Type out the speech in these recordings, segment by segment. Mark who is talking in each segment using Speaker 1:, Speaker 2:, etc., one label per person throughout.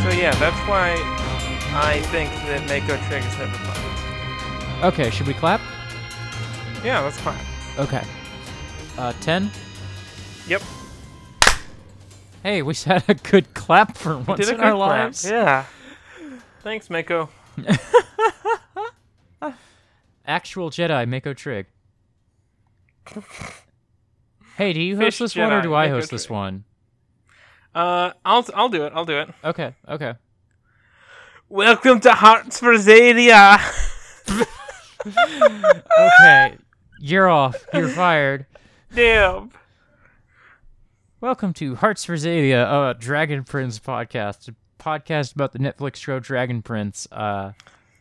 Speaker 1: So yeah, that's why I think that Mako Triggs never played.
Speaker 2: Okay, should we clap?
Speaker 1: Yeah, that's fine.
Speaker 2: Okay. Uh, 10.
Speaker 1: Yep.
Speaker 2: Hey, we had a good clap for once
Speaker 1: Did a
Speaker 2: in
Speaker 1: good
Speaker 2: our
Speaker 1: clap.
Speaker 2: lives.
Speaker 1: Yeah. Thanks, Mako.
Speaker 2: Actual Jedi, Mako Trig. hey, do you
Speaker 1: Fish
Speaker 2: host this one or
Speaker 1: Jedi,
Speaker 2: do I
Speaker 1: Mako
Speaker 2: host this
Speaker 1: Trigg.
Speaker 2: one?
Speaker 1: Uh, I'll I'll do it. I'll do it.
Speaker 2: Okay, okay.
Speaker 1: Welcome to Hearts for Zadia.
Speaker 2: Okay, you're off. You're fired.
Speaker 1: Damn.
Speaker 2: Welcome to Hearts for Zadia, a Dragon Prince podcast, a podcast about the Netflix show Dragon Prince. Uh,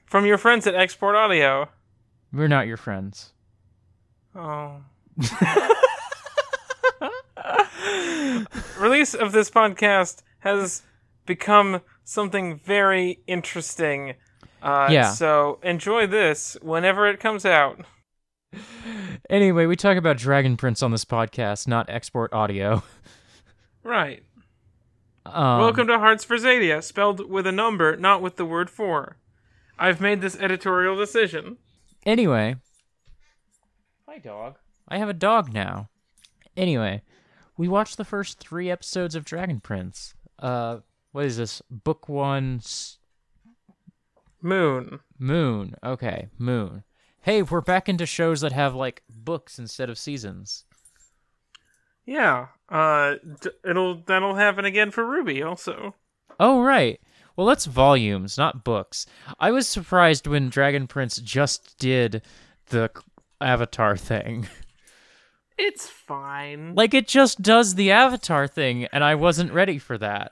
Speaker 1: From your friends at Export Audio.
Speaker 2: we're not your friends.
Speaker 1: Oh. Release of this podcast has become something very interesting. Uh,
Speaker 2: Yeah.
Speaker 1: So enjoy this whenever it comes out.
Speaker 2: Anyway, we talk about Dragon Prince on this podcast, not export audio.
Speaker 1: Right.
Speaker 2: Um,
Speaker 1: Welcome to Hearts for Zadia, spelled with a number, not with the word for. I've made this editorial decision.
Speaker 2: Anyway,
Speaker 1: Hi, dog.
Speaker 2: I have a dog now. Anyway, we watched the first three episodes of Dragon Prince. Uh, what is this? Book one, s-
Speaker 1: Moon.
Speaker 2: Moon. Okay, Moon. Hey, we're back into shows that have like books instead of seasons.
Speaker 1: Yeah. Uh, d- it'll that'll happen again for Ruby also.
Speaker 2: Oh right. Well, that's volumes, not books. I was surprised when Dragon Prince just did the Avatar thing.
Speaker 1: It's fine.
Speaker 2: Like it just does the Avatar thing, and I wasn't ready for that.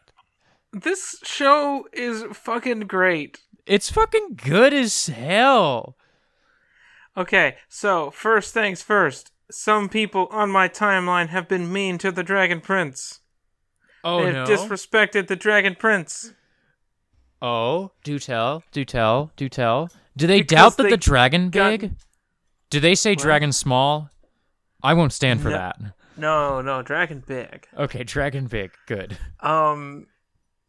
Speaker 1: This show is fucking great.
Speaker 2: It's fucking good as hell.
Speaker 1: Okay, so first things first. Some people on my timeline have been mean to the Dragon Prince.
Speaker 2: Oh
Speaker 1: they
Speaker 2: no.
Speaker 1: have disrespected the Dragon Prince.
Speaker 2: oh, do tell, do tell, do tell. Do they
Speaker 1: Because
Speaker 2: doubt that
Speaker 1: they
Speaker 2: the dragon
Speaker 1: got-
Speaker 2: big? Do they say dragon small? I won't stand for
Speaker 1: No.
Speaker 2: that.
Speaker 1: No, no, Dragon Big.
Speaker 2: Okay, dragon big, good.
Speaker 1: Um,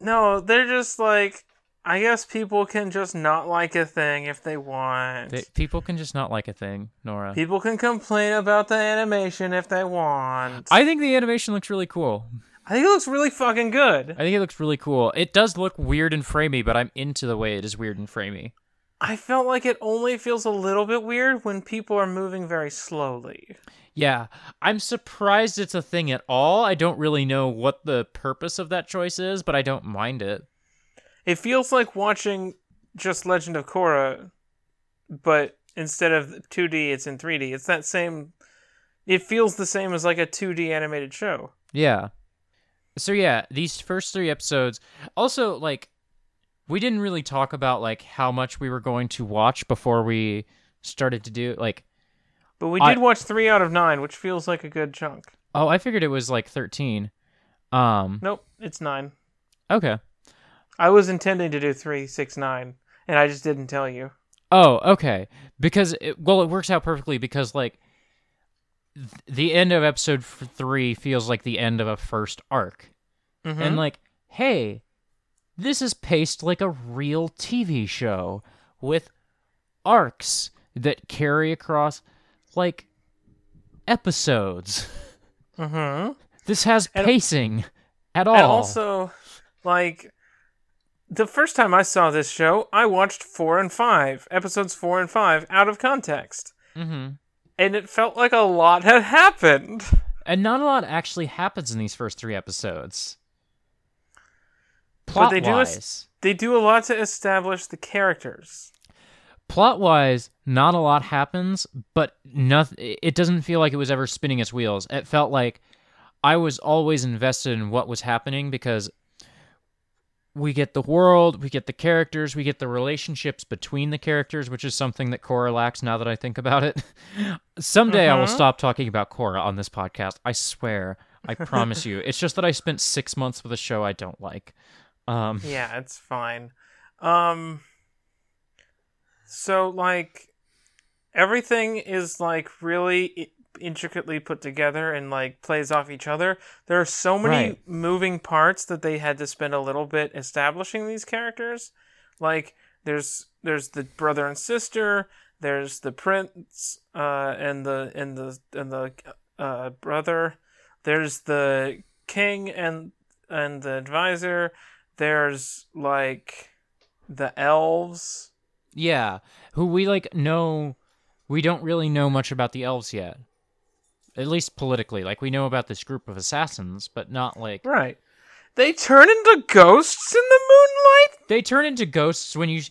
Speaker 1: no, they're just like, I guess people can just not like a thing if they want.
Speaker 2: They, people can just not like a thing, Nora.
Speaker 1: people can complain about the animation if they want.
Speaker 2: I think the animation looks really cool.
Speaker 1: I think it looks really fucking good.
Speaker 2: I think it looks really cool. It does look weird and framey, but I'm into the way it is weird and framey.
Speaker 1: I felt like it only feels a little bit weird when people are moving very slowly.
Speaker 2: Yeah, I'm surprised it's a thing at all. I don't really know what the purpose of that choice is, but I don't mind it.
Speaker 1: It feels like watching just Legend of Korra, but instead of 2D, it's in 3D. It's that same. It feels the same as like a 2D animated show.
Speaker 2: Yeah. So yeah, these first three episodes. Also, like, we didn't really talk about like how much we were going to watch before we started to do like.
Speaker 1: But we
Speaker 2: I-
Speaker 1: did watch three out of nine, which feels like a good chunk.
Speaker 2: Oh, I figured it was like thirteen. Um.
Speaker 1: Nope, it's nine.
Speaker 2: Okay.
Speaker 1: I was intending to do three, six, nine, and I just didn't tell you.
Speaker 2: Oh, okay. Because it, well, it works out perfectly because like th- the end of episode f- three feels like the end of a first arc,
Speaker 1: Mhm.
Speaker 2: and like, hey, this is paced like a real TV show with arcs that carry across like episodes.
Speaker 1: Mhm.
Speaker 2: This has
Speaker 1: And-
Speaker 2: pacing at all.
Speaker 1: And also, like, the first time I saw this show, I watched four and five episodes four and five out of context,
Speaker 2: hmm
Speaker 1: and it felt like a lot had happened.
Speaker 2: and not a lot actually happens in these first three episodes.
Speaker 1: But they do
Speaker 2: Plot-wise.
Speaker 1: us- They do a lot to establish the characters.
Speaker 2: plot wise, not a lot happens, but nothing. It doesn't feel like it was ever spinning its wheels. It felt like I was always invested in what was happening because we get the world, we get the characters, we get the relationships between the characters, which is something that Korra lacks. Now that I think about it, someday I will
Speaker 1: Mhm.
Speaker 2: stop talking about Korra on this podcast. I swear. I promise you. It's just that I spent six months with a show I don't like. Um,
Speaker 1: Yeah, it's fine. Um so like everything is like really i- intricately put together and like plays off each other. There are so many
Speaker 2: Right.
Speaker 1: moving parts that they had to spend a little bit establishing these characters. Like there's there's the brother and sister, there's the prince uh and the and the and the uh brother. There's the king and and the advisor. There's like the elves.
Speaker 2: Yeah, who we like know we don't really know much about the elves yet. At least politically, like we know about this group of assassins, but not like
Speaker 1: Right. They turn into ghosts in the moonlight?
Speaker 2: they turn into ghosts when you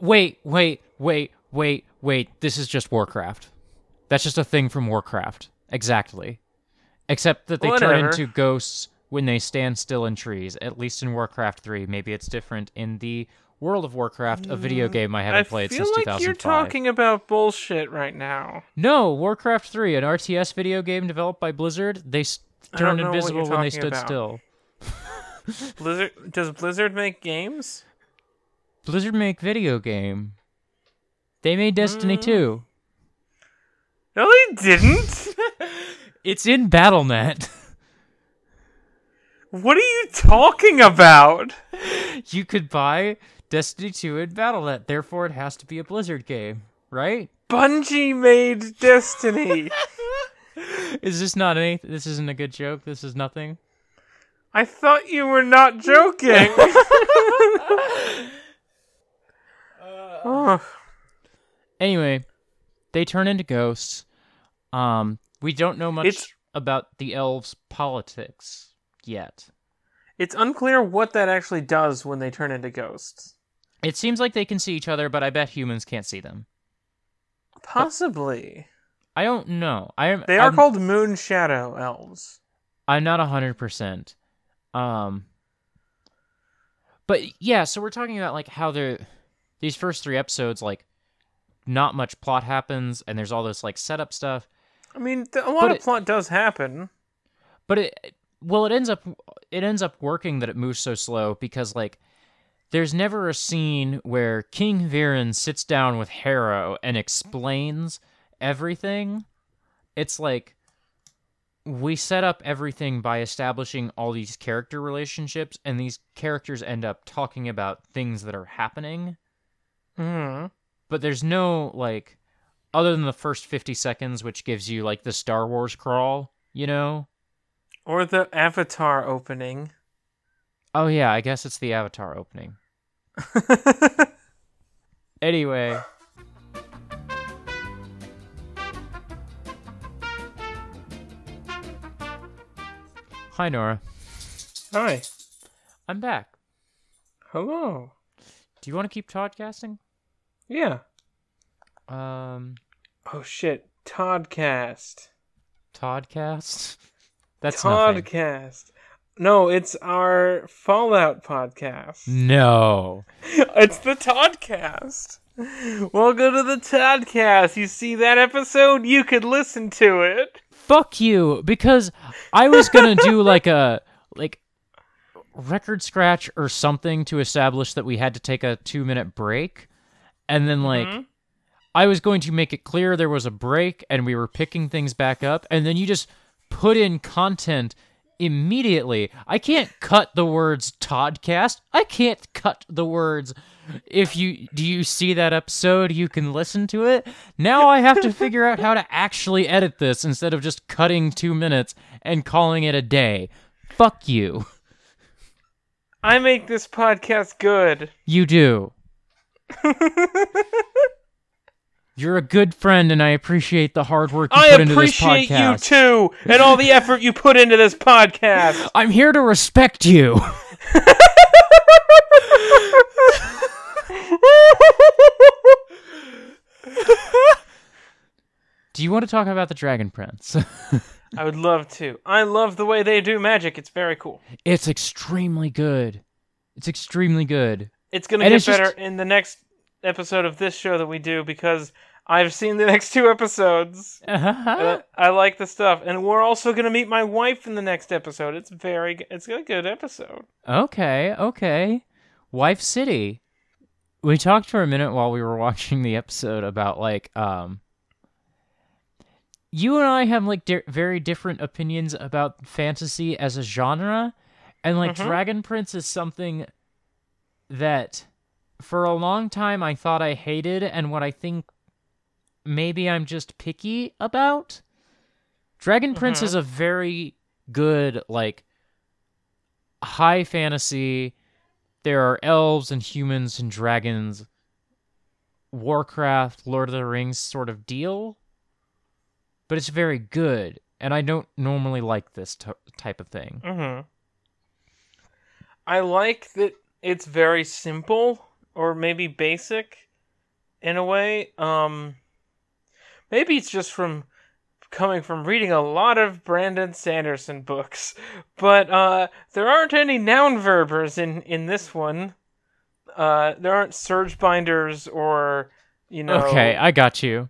Speaker 2: Wait, wait, wait, wait, wait. This is just Warcraft. That's just a thing from Warcraft. Exactly. Except that they turn
Speaker 1: Whatever.
Speaker 2: into ghosts when they stand still in trees, at least in Warcraft 3. Maybe it's different in the World of Warcraft, a video game I haven't
Speaker 1: Mm, I
Speaker 2: played
Speaker 1: feel
Speaker 2: since
Speaker 1: like
Speaker 2: 2005.
Speaker 1: you're talking about bullshit right now.
Speaker 2: No, Warcraft 3, an RTS video game developed by Blizzard, they s-
Speaker 1: I don't
Speaker 2: turned
Speaker 1: know what
Speaker 2: invisible
Speaker 1: you're
Speaker 2: when they
Speaker 1: talking
Speaker 2: stood
Speaker 1: about.
Speaker 2: still.
Speaker 1: Blizzard does Blizzard make games?
Speaker 2: Blizzard make video game. They made Destiny
Speaker 1: Mm.
Speaker 2: 2.
Speaker 1: No, they didn't.
Speaker 2: It's in BattleNet.
Speaker 1: what are you talking about?
Speaker 2: you could buy Destiny 2 in BattleNet. Therefore, it has to be a Blizzard game, right?
Speaker 1: Bungie made Destiny.
Speaker 2: Is this not any? This isn't a good joke. This is nothing.
Speaker 1: I thought you were not joking. Ugh.
Speaker 2: Anyway, they turn into ghosts. Um, we don't know much
Speaker 1: It's-
Speaker 2: about the elves' politics yet.
Speaker 1: It's unclear what that actually does when they turn into ghosts.
Speaker 2: It seems like they can see each other, but I bet humans can't see them.
Speaker 1: Possibly.
Speaker 2: I don't know. I am.
Speaker 1: They are
Speaker 2: I'm,
Speaker 1: called moon shadow elves.
Speaker 2: I'm not hundred percent. Um. But yeah, so we're talking about like how they're these first three episodes like not much plot happens, and there's all this like setup stuff.
Speaker 1: I mean, th- a lot
Speaker 2: But
Speaker 1: of
Speaker 2: it-
Speaker 1: plot does happen.
Speaker 2: but it well it ends up it ends up working that it moves so slow because like there's never a scene where King Viren sits down with Harrow and explains everything. It's like we set up everything by establishing all these character relationships and these characters end up talking about things that are happening Mm-hmm.
Speaker 1: hmm
Speaker 2: but there's no like other than the first 50 seconds which gives you like the Star Wars crawl, you know,
Speaker 1: Or the Avatar opening.
Speaker 2: Oh yeah, I guess it's the Avatar opening. Anyway, hi Nora,
Speaker 1: Hi.
Speaker 2: I'm back.
Speaker 1: Hello.
Speaker 2: Do you want to keep podcasting?
Speaker 1: Yeah.
Speaker 2: Um,
Speaker 1: Oh shit. Toddcast.
Speaker 2: Toddcast. That's nothing.
Speaker 1: Toddcast. No, it's our Fallout podcast.
Speaker 2: No.
Speaker 1: it's the Toddcast. Welcome to the Toddcast. You see that episode? You could listen to it.
Speaker 2: fuck you because i was gonna do like a like record scratch or something to establish that we had to take a two minute break and then like
Speaker 1: Mhm.
Speaker 2: i was going to make it clear there was a break and we were picking things back up and then you just put in content immediately i can't cut the words toddcast i can't cut the words if you do you see that episode you can listen to it now i have to figure out how to actually edit this instead of just cutting two minutes and calling it a day fuck you
Speaker 1: I make this podcast good.
Speaker 2: you do you're a good friend and i appreciate the hard work you
Speaker 1: I
Speaker 2: put into this
Speaker 1: appreciate you
Speaker 2: podcast
Speaker 1: too and all the effort you put into this podcast.
Speaker 2: i'm here to respect you Do you want to talk about the Dragon Prince?
Speaker 1: I would love to. I love the way they do magic. It's very cool.
Speaker 2: it's extremely good. It's extremely good.
Speaker 1: It's going to
Speaker 2: And
Speaker 1: get
Speaker 2: it's just-
Speaker 1: better in the next episode of this show that we do because I've seen the next two episodes. Uh, I like the stuff, and we're also going to meet my wife in the next episode. It's very, g- it's a good episode.
Speaker 2: Okay, okay. Wife City. We talked for a minute while we were watching the episode about like um you and I have like di- very different opinions about fantasy as a genre and like
Speaker 1: Mhm.
Speaker 2: Dragon Prince is something that for a long time I thought I hated and what I think maybe I'm just picky about. Dragon Prince
Speaker 1: Mhm.
Speaker 2: is a very good like high fantasy. There are elves and humans and dragons. Warcraft, Lord of the Rings sort of deal. But it's very good, and I don't normally like this t- type of thing.
Speaker 1: Mm-hmm. I like that it's very simple, or maybe basic, in a way. Um, maybe it's just from coming from reading a lot of Brandon Sanderson books, but uh, there aren't any noun verbers in in this one. Uh, there aren't surge binders or you know
Speaker 2: Okay, I got you.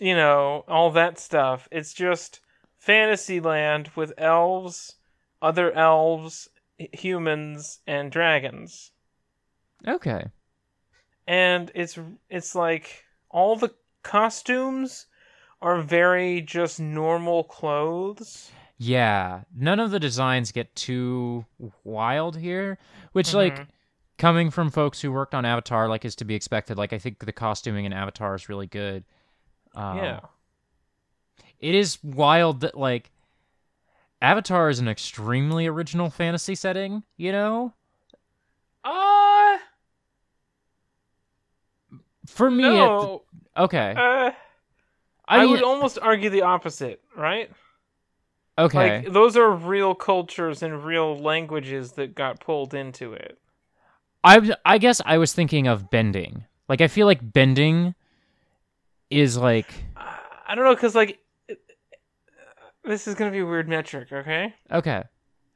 Speaker 1: you know, all that stuff. It's just Fantasyland with elves, other elves, h- humans, and dragons.
Speaker 2: Okay.
Speaker 1: And it's it's like all the costumes are very just normal clothes.
Speaker 2: Yeah, none of the designs get too wild here, which like
Speaker 1: Mhm.
Speaker 2: coming from folks who worked on Avatar like is to be expected. Like I think the costuming in Avatar is really good. Um,
Speaker 1: yeah.
Speaker 2: it is wild that like Avatar is an extremely original fantasy setting, you know?
Speaker 1: Uh
Speaker 2: For me, it-
Speaker 1: no.
Speaker 2: okay.
Speaker 1: uh,
Speaker 2: I,
Speaker 1: I
Speaker 2: mean,
Speaker 1: would almost argue the opposite, right?
Speaker 2: okay.
Speaker 1: Like those are real cultures and real languages that got pulled into it.
Speaker 2: I was- I guess I was thinking of bending. Like I feel like bending is like
Speaker 1: I I don't know, because, like, it- this is going to be a weird metric, okay?
Speaker 2: okay.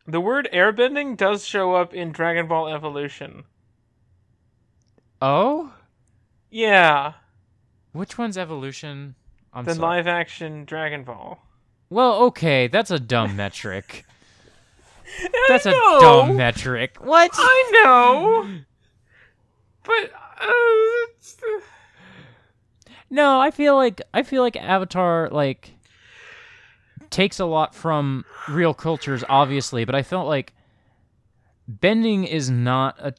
Speaker 1: The word airbending does show up in Dragon Ball Evolution.
Speaker 2: Oh,
Speaker 1: Yeah,
Speaker 2: which one's evolution? I'm
Speaker 1: the
Speaker 2: sorry.
Speaker 1: live action Dragon Ball.
Speaker 2: Well, okay, that's a dumb metric. That's
Speaker 1: I
Speaker 2: a
Speaker 1: know!
Speaker 2: dumb metric. What?
Speaker 1: I know! But, uh, it's the-
Speaker 2: No, I feel like I feel like Avatar like takes a lot from real cultures, obviously, but I felt like bending is not a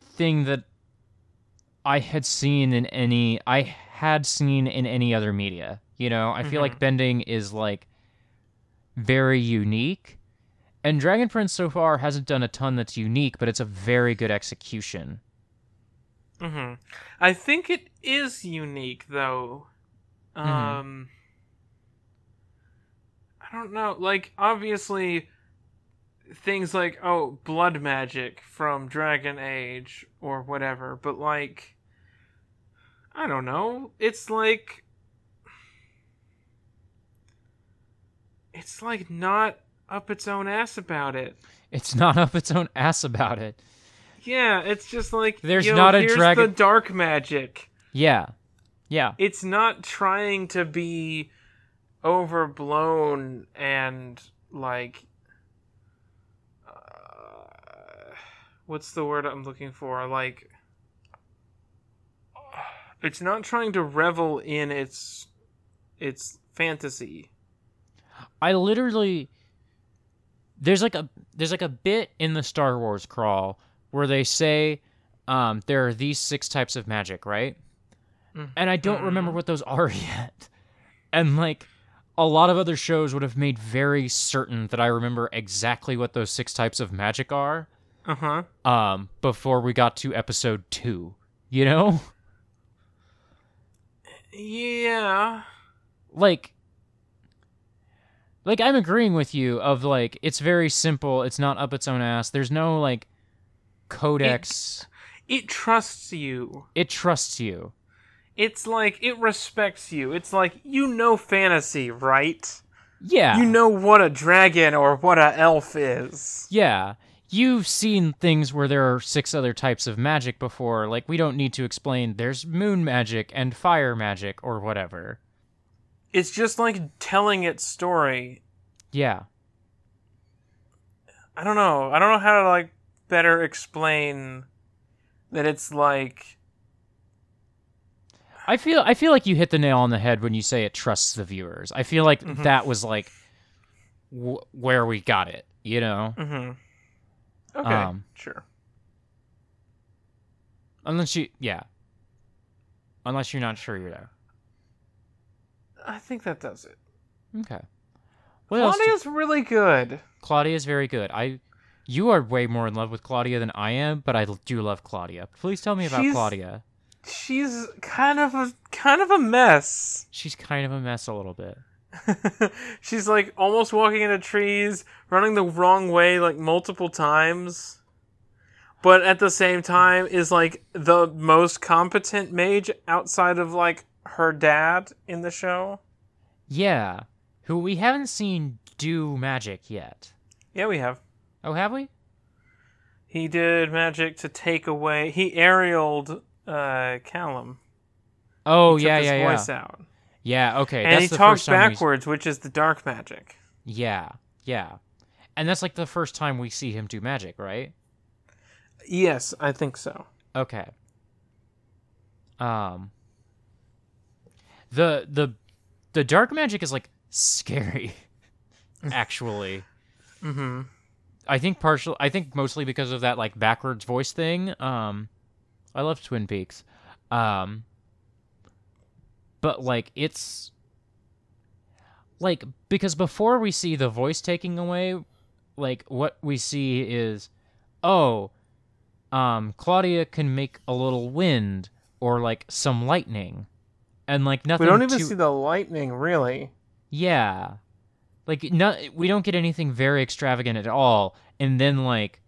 Speaker 2: thing that I had seen in any I had seen in any other media. You know, I feel like bending is like very unique. And Dragon Prince so far hasn't done a ton that's unique, but it's a very good execution.
Speaker 1: Mhm. I think it is unique, though.
Speaker 2: Mhm.
Speaker 1: Um, I don't know. Like, obviously, things like oh, blood magic from Dragon Age or whatever, but like, I don't know. It's like, it's like not up its own ass about it.
Speaker 2: It's not up its own ass about it.
Speaker 1: Yeah, it's just like
Speaker 2: There's
Speaker 1: yo,
Speaker 2: not a
Speaker 1: here's
Speaker 2: dragon-
Speaker 1: The dark magic.
Speaker 2: Yeah. Yeah.
Speaker 1: it's not trying to be overblown and like uh, what's the word i'm looking for like it's not trying to revel in its its fantasy
Speaker 2: I literally there's like a there's like a bit in the Star Wars crawl where they say um, there are these six types of magic, right?
Speaker 1: Mhm.
Speaker 2: And I don't remember what those are yet. And like a lot of other shows would have made very certain that I remember exactly what those six types of magic are
Speaker 1: uh-huh
Speaker 2: um, before we got to episode two. You know,
Speaker 1: yeah
Speaker 2: like. Like I'm agreeing with you of like it's very simple, it's not up its own ass. There's no like codex.
Speaker 1: it trusts you
Speaker 2: it trusts you.
Speaker 1: it's like it respects you. It's like you know fantasy, right?
Speaker 2: Yeah.
Speaker 1: You know what a dragon or what a elf is.
Speaker 2: Yeah. You've seen things where there are six other types of magic before. Like, we don't need to explain there's moon magic and fire magic or whatever.
Speaker 1: It's just like telling its story.
Speaker 2: Yeah.
Speaker 1: I don't know. I don't know how to like better explain that it's like
Speaker 2: I feel I feel like you hit the nail on the head when you say it trusts the viewers. I feel like
Speaker 1: Mhm.
Speaker 2: that was like w- where we got it, you know?
Speaker 1: mhm. Okay.
Speaker 2: Um,
Speaker 1: sure.
Speaker 2: Unless you yeah. Unless you're not sure you're there.
Speaker 1: I think that does it.
Speaker 2: Okay. What else? do-
Speaker 1: Claudia's really good.
Speaker 2: Claudia is very good. I you are way more in love with Claudia than I am, but I l- do love Claudia. Please tell me about
Speaker 1: She's-
Speaker 2: Claudia.
Speaker 1: She's kind of a kind of a mess.
Speaker 2: She's kind of a mess a little bit.
Speaker 1: She's like almost walking into trees, running the wrong way like multiple times. But at the same time is like the most competent mage outside of like her dad in the show.
Speaker 2: Yeah. Who we haven't seen do magic yet.
Speaker 1: Yeah, we have.
Speaker 2: Oh, have we?
Speaker 1: He did magic to take away he aerialed uh Callum.
Speaker 2: Oh,
Speaker 1: Took
Speaker 2: yeah,
Speaker 1: his
Speaker 2: yeah, yeah.
Speaker 1: voice out.
Speaker 2: Yeah, okay.
Speaker 1: and
Speaker 2: that's
Speaker 1: he
Speaker 2: the
Speaker 1: talks
Speaker 2: first time we-
Speaker 1: backwards, which is the dark magic.
Speaker 2: Yeah, yeah. And that's like the first time we see him do magic, right?
Speaker 1: Yes, I think so.
Speaker 2: Okay. Um The the the dark magic is like scary actually.
Speaker 1: Mm-hmm.
Speaker 2: I think partial I think mostly because of that like backwards voice thing. Um I love Twin Peaks. Um but like it's like because before we see the voice taking away like what we see is oh um Claudia can make a little wind or like some lightning and like nothing
Speaker 1: We don't even
Speaker 2: too-
Speaker 1: see the lightning really.
Speaker 2: yeah. Like no we don't get anything very extravagant at all and then like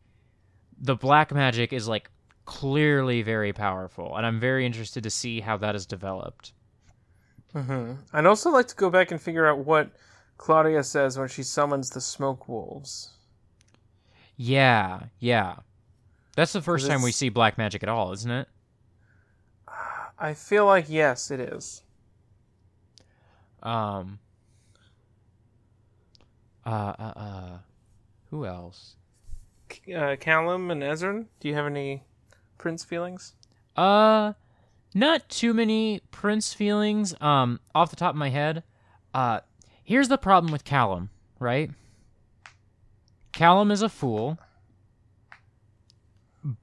Speaker 2: the black magic is like clearly very powerful and I'm very interested to see how that is developed.
Speaker 1: hmm I'd also like to go back and figure out what Claudia says when she summons the smoke wolves.
Speaker 2: Yeah, yeah. That's the first time we
Speaker 1: it's-
Speaker 2: see black magic at all, isn't it?
Speaker 1: I feel like yes, it is.
Speaker 2: Um uh uh, uh who else?
Speaker 1: C- Uh, Callum and Ezrin, do you have any prince feelings?
Speaker 2: Uh, not too many Prince feelings. Um, off the top of my head, uh, here's the problem with Callum, right? Callum is a fool,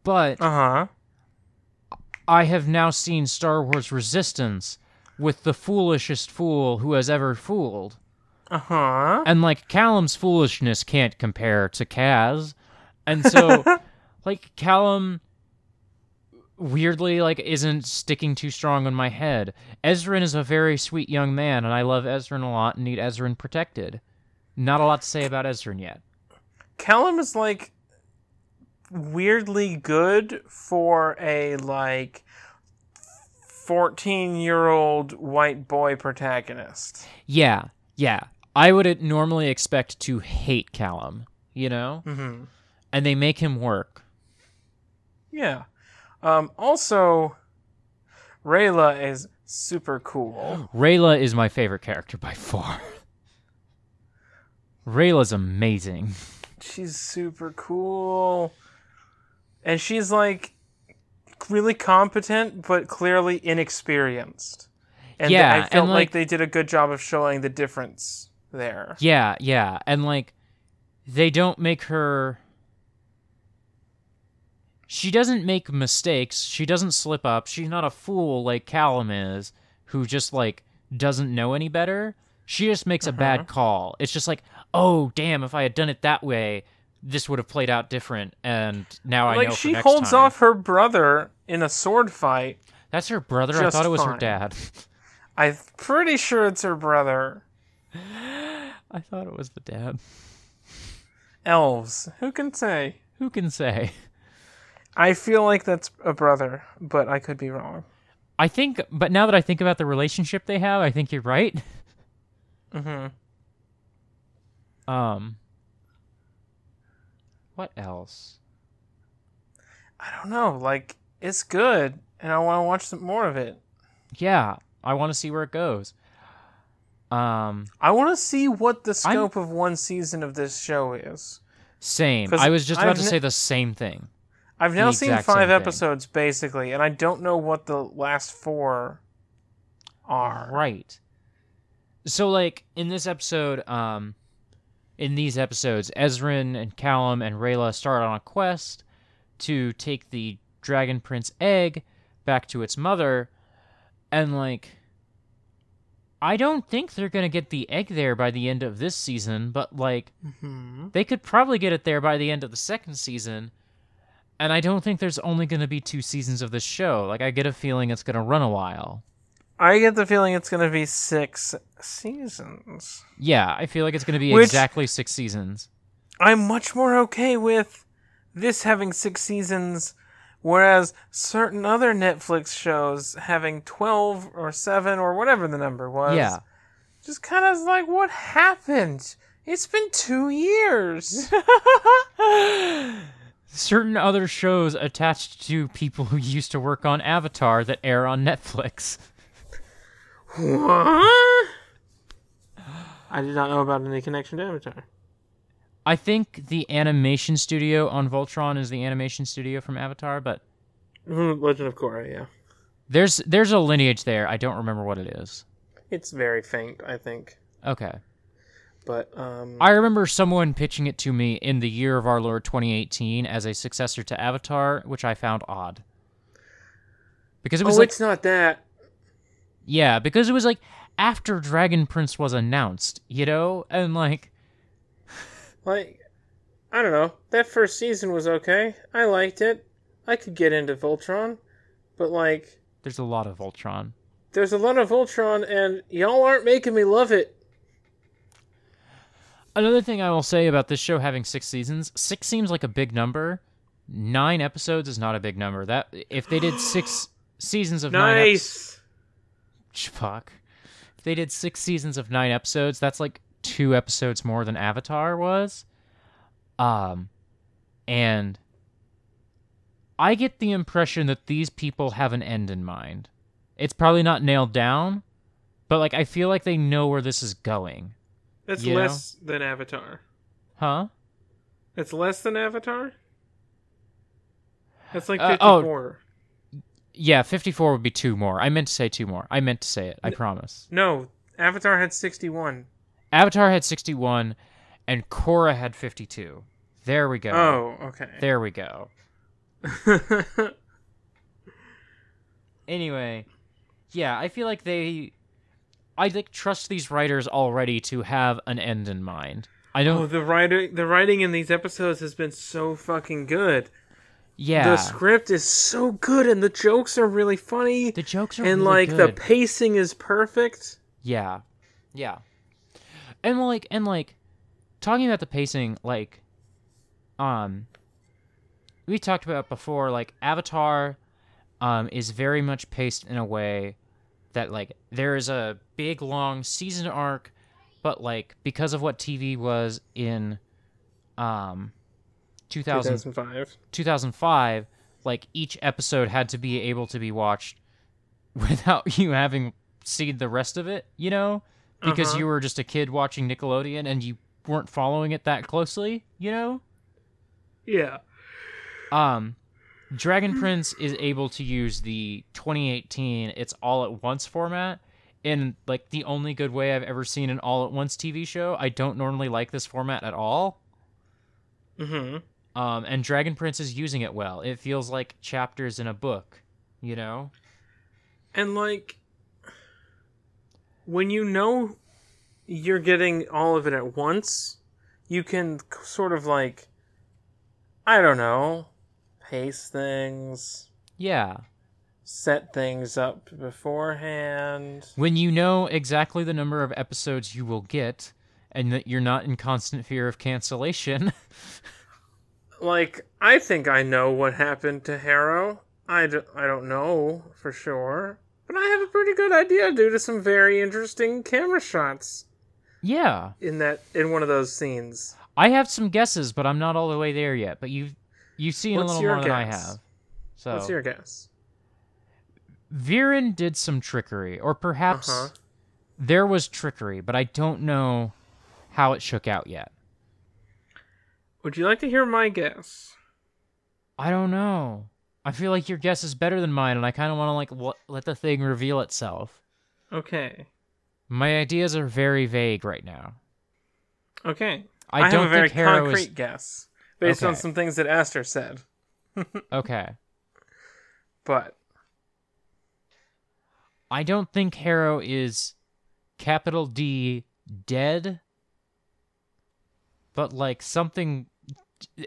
Speaker 2: but
Speaker 1: Uh huh.
Speaker 2: I have now seen Star Wars Resistance with the foolishest fool who has ever fooled,
Speaker 1: Uh huh.
Speaker 2: and like Callum's foolishness can't compare to Kaz, and so like Callum weirdly like isn't sticking too strong on my head. Ezrin is a very sweet young man and I love Ezrin a lot and need Ezrin protected. Not a lot to say about Ezrin yet.
Speaker 1: Callum is like weirdly good for a like 14 year old white boy protagonist.
Speaker 2: Yeah. Yeah. I would normally expect to hate Callum, you know?
Speaker 1: Mm-hmm.
Speaker 2: And they make him work.
Speaker 1: Yeah. Um, also, Rayla is super cool.
Speaker 2: Oh. Rayla is my favorite character by far. Rayla's amazing.
Speaker 1: She's super cool. And she's like really competent, but clearly inexperienced. And
Speaker 2: Yeah,
Speaker 1: I felt
Speaker 2: and,
Speaker 1: like,
Speaker 2: like-
Speaker 1: they did a good job of showing the difference there.
Speaker 2: Yeah, yeah. And like they don't make her she doesn't make mistakes. She doesn't slip up. She's not a fool like Callum is, who just like doesn't know any better. She just makes
Speaker 1: Mm-hmm.
Speaker 2: a bad call. It's just like, "Oh, damn, if I had done it that way, this would have played out different." And now I know
Speaker 1: like
Speaker 2: for
Speaker 1: she
Speaker 2: next
Speaker 1: holds
Speaker 2: time.
Speaker 1: off her brother in a sword fight.
Speaker 2: That's her brother. I
Speaker 1: just
Speaker 2: thought it was her
Speaker 1: fine.
Speaker 2: dad.
Speaker 1: I'm pretty sure it's her brother.
Speaker 2: I thought it was the dad.
Speaker 1: Elves. Who can say?
Speaker 2: Who can say?
Speaker 1: I feel like that's a brother, but I could be wrong.
Speaker 2: I think, but now that I think about the relationship they have, I think you're right.
Speaker 1: Mm-hmm.
Speaker 2: Um, what else?
Speaker 1: I don't know. Like it's good, and I want to watch some more of it.
Speaker 2: Yeah, I want to see where it goes. Um,
Speaker 1: I want to see what the scope of one season of this show is.
Speaker 2: same.
Speaker 1: 'Cause
Speaker 2: I was just about
Speaker 1: I've
Speaker 2: to
Speaker 1: ne-
Speaker 2: say the same thing.
Speaker 1: I've now
Speaker 2: The
Speaker 1: seen
Speaker 2: exact same
Speaker 1: five
Speaker 2: thing.
Speaker 1: episodes basically, and I don't know what the last four are.
Speaker 2: Right. So like in this episode, um in these episodes, Ezrin and Callum and Rayla start on a quest to take the Dragon Prince egg back to its mother and like I don't think they're going to get the egg there by the end of this season, but like
Speaker 1: Mm-hmm.
Speaker 2: they could probably get it there by the end of the second season. And I don't think there's only going to be two seasons of this show. Like I get a feeling it's going to run a while.
Speaker 1: I get the feeling it's going to be six seasons.
Speaker 2: Yeah, I feel like it's going to be
Speaker 1: Which-
Speaker 2: exactly six seasons.
Speaker 1: I'm much more okay with this having six seasons, whereas certain other Netflix shows having 12 or 7 or whatever the number was.
Speaker 2: Yeah.
Speaker 1: Just kind of like, what happened? It's been two years.
Speaker 2: Certain other shows attached to people who used to work on Avatar that air on Netflix.
Speaker 1: what? I did not know about any connection to Avatar.
Speaker 2: I think the animation studio on Voltron is the animation studio from Avatar, but
Speaker 1: Hmm, Legend of Korra, yeah.
Speaker 2: there's there's a lineage there. I don't remember what it is.
Speaker 1: It's very faint, I think.
Speaker 2: Okay.
Speaker 1: But, um.
Speaker 2: I remember someone pitching it to me in the year of our Lord 2018 as a successor to Avatar, which I found odd. Because it was
Speaker 1: oh,
Speaker 2: like
Speaker 1: it's not that.
Speaker 2: Yeah, because it was like after Dragon Prince was announced, you know? And like,
Speaker 1: Like, I don't know. That first season was okay. I liked it. I could get into Voltron, but like,
Speaker 2: there's a lot of Voltron.
Speaker 1: there's a lot of Voltron, and y'all aren't making me love it.
Speaker 2: Another thing I will say about this show having six seasons six seems like a big number. Nine episodes is not a big number. That if they did six seasons of nine episodes, fuck. If they did six seasons of nine episodes, that's like two episodes more than Avatar was. Um, and I get the impression that these people have an end in mind. It's probably not nailed down, but like I feel like they know where this is going.
Speaker 1: That's
Speaker 2: Yeah.
Speaker 1: less than Avatar.
Speaker 2: Huh?
Speaker 1: That's less than Avatar. That's like
Speaker 2: Uh, oh.
Speaker 1: fifty-four.
Speaker 2: Yeah, 54 would be two more. I meant to say two more. I meant to say it. I promise.
Speaker 1: No, Avatar had sixty-one.
Speaker 2: Avatar had 61 and Korra had 52. There we go.
Speaker 1: Oh, okay.
Speaker 2: There we go. anyway, yeah, I feel like they, I like trust these writers already to have an end in mind. I don't.
Speaker 1: oh, the writing, the writing in these episodes has been so fucking good.
Speaker 2: yeah,
Speaker 1: The
Speaker 2: the,
Speaker 1: script is so good, and the jokes are really funny.
Speaker 2: jokes are
Speaker 1: and
Speaker 2: really
Speaker 1: like
Speaker 2: good.
Speaker 1: the pacing is perfect.
Speaker 2: yeah, yeah, and like and like talking about the pacing, like, um, we talked about before, like Avatar, um, is very much paced in a way that like there is a big long season arc but like because of what tv was in um 2000,
Speaker 1: 2005.
Speaker 2: 2005 like each episode had to be able to be watched without you having seen the rest of it you know because
Speaker 1: Uh-huh.
Speaker 2: you were just a kid watching nickelodeon and you weren't following it that closely you know
Speaker 1: Yeah.
Speaker 2: um dragon prince is able to use the 2018 it's all at once format in like the only good way i've ever seen an all at once tv show i don't normally like this format at all
Speaker 1: Mm-hmm.
Speaker 2: um and dragon prince is using it well it feels like chapters in a book you know
Speaker 1: And like when you know you're getting all of it at once, you can k- sort of like I don't know, pace things,
Speaker 2: yeah
Speaker 1: set things up beforehand.
Speaker 2: when you know exactly the number of episodes you will get and that you're not in constant fear of cancellation
Speaker 1: Like I think I know what happened to Harrow. I d- I don't know for sure. But I have a pretty good idea due to some very interesting camera shots
Speaker 2: Yeah.
Speaker 1: in that in one of those scenes.
Speaker 2: I have some guesses, but I'm not all the way there yet. But you've you've seen
Speaker 1: What's
Speaker 2: a little
Speaker 1: your
Speaker 2: more than I
Speaker 1: guess?
Speaker 2: have. So
Speaker 1: What's your guess?
Speaker 2: Viren did some trickery, or perhaps
Speaker 1: Uh-huh.
Speaker 2: there was trickery, but I don't know how it shook out yet.
Speaker 1: Would you like to hear my guess?
Speaker 2: I don't know. I feel like your guess is better than mine, and I kind of want to like what, let the thing reveal itself.
Speaker 1: Okay.
Speaker 2: My ideas are very vague right now.
Speaker 1: Okay.
Speaker 2: I, don't
Speaker 1: have a very
Speaker 2: think Harrow
Speaker 1: concrete
Speaker 2: is
Speaker 1: guess based on
Speaker 2: Okay.
Speaker 1: some things that Aster said.
Speaker 2: okay.
Speaker 1: But
Speaker 2: I don't think Harrow is capital D dead, but like something.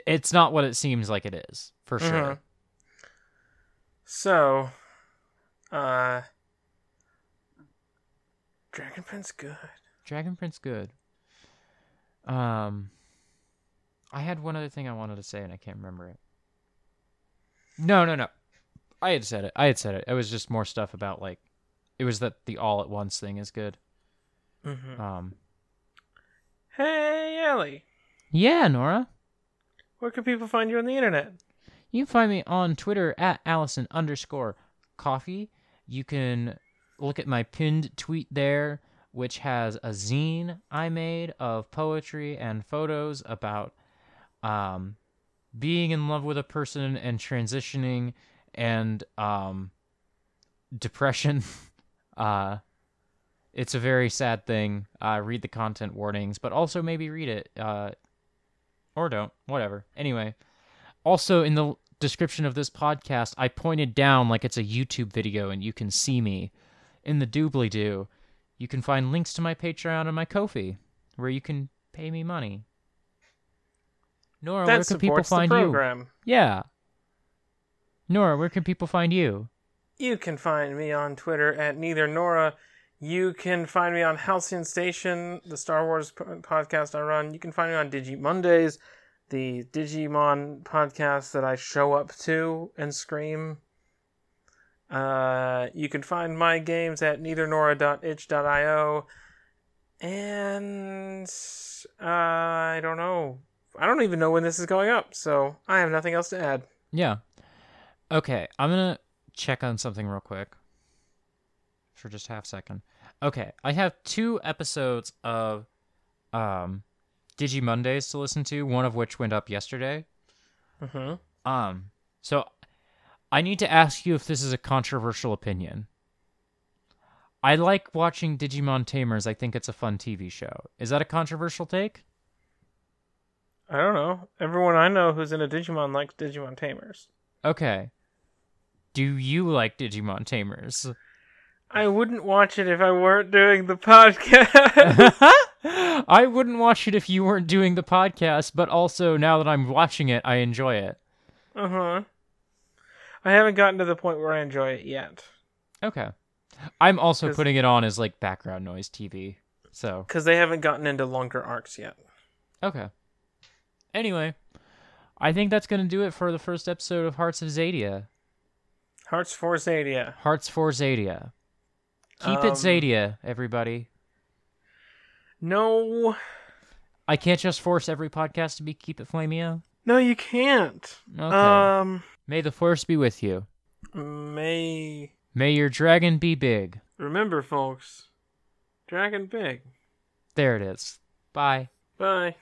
Speaker 2: It's not what it seems like it is for sure.
Speaker 1: Mhm. so uh Dragon Prince good.
Speaker 2: Dragon Prince good. Um I had one other thing I wanted to say and I can't remember it. No, no, no. I had said it. I had said it. It was just more stuff about like it was that the all at once thing is good.
Speaker 1: hmm
Speaker 2: Um
Speaker 1: Hey Ellie,
Speaker 2: Yeah, Nora.
Speaker 1: where can people find you on the internet?
Speaker 2: You can find me on Twitter at Allison underscore coffee. You can look at my pinned tweet there, which has a zine I made of poetry and photos about um, being in love with a person and transitioning and um, depression. uh, it's a very sad thing. Uh, read the content warnings, but also maybe read it uh, or don't, whatever. Anyway. Also, in the description of this podcast, I pointed down like it's a YouTube video and you can see me in the doobly doo. You can find links to my Patreon and my Kofi where you can pay me money. Nora, where
Speaker 1: that
Speaker 2: can people
Speaker 1: supports the
Speaker 2: find you?
Speaker 1: program.
Speaker 2: Yeah. Nora, where can people find you?
Speaker 1: You can find me on Twitter at neither Nora. You can find me on Halcyon Station, the Star Wars p- podcast I run. You can find me on Digi Mondays, the Digimon podcast that I show up to and scream. Uh, you can find my games at neithernora.itch.io. And uh, I don't know. I don't even know when this is going up, so I have nothing else to add.
Speaker 2: Yeah. Okay, I'm gonna check on something real quick for just half second. Okay, I have two episodes of um Digi Mondays to listen to, one of which went up yesterday.
Speaker 1: Mm-hmm.
Speaker 2: Um, so I need to ask you if this is a controversial opinion. I like watching Digimon Tamers. I think it's a fun TV show. Is that a controversial take?
Speaker 1: I don't know. Everyone I know who's into Digimon likes Digimon Tamers.
Speaker 2: Okay. Do you like Digimon Tamers?
Speaker 1: I wouldn't watch it if I weren't doing the podcast.
Speaker 2: I wouldn't watch it if you weren't doing the podcast, but also now that I'm watching it, I enjoy it.
Speaker 1: uh huh. I haven't gotten to the point where I enjoy it yet.
Speaker 2: Okay. I'm also
Speaker 1: 'Cause-
Speaker 2: putting it on as like background noise TV. So,
Speaker 1: Because they haven't gotten into longer arcs yet.
Speaker 2: okay. Anyway, I think that's going to do it for the first episode of Hearts of Zadia.
Speaker 1: Hearts for Zadia.
Speaker 2: Hearts for Zadia. Keep
Speaker 1: Um,
Speaker 2: it Zadia, everybody.
Speaker 1: No.
Speaker 2: I can't just force every podcast to be Keep It Flamio.
Speaker 1: No, you can't.
Speaker 2: Okay.
Speaker 1: Um.
Speaker 2: May the force be with you.
Speaker 1: May.
Speaker 2: May your dragon be big.
Speaker 1: Remember, folks. Dragon Big.
Speaker 2: There it is. Bye.
Speaker 1: Bye.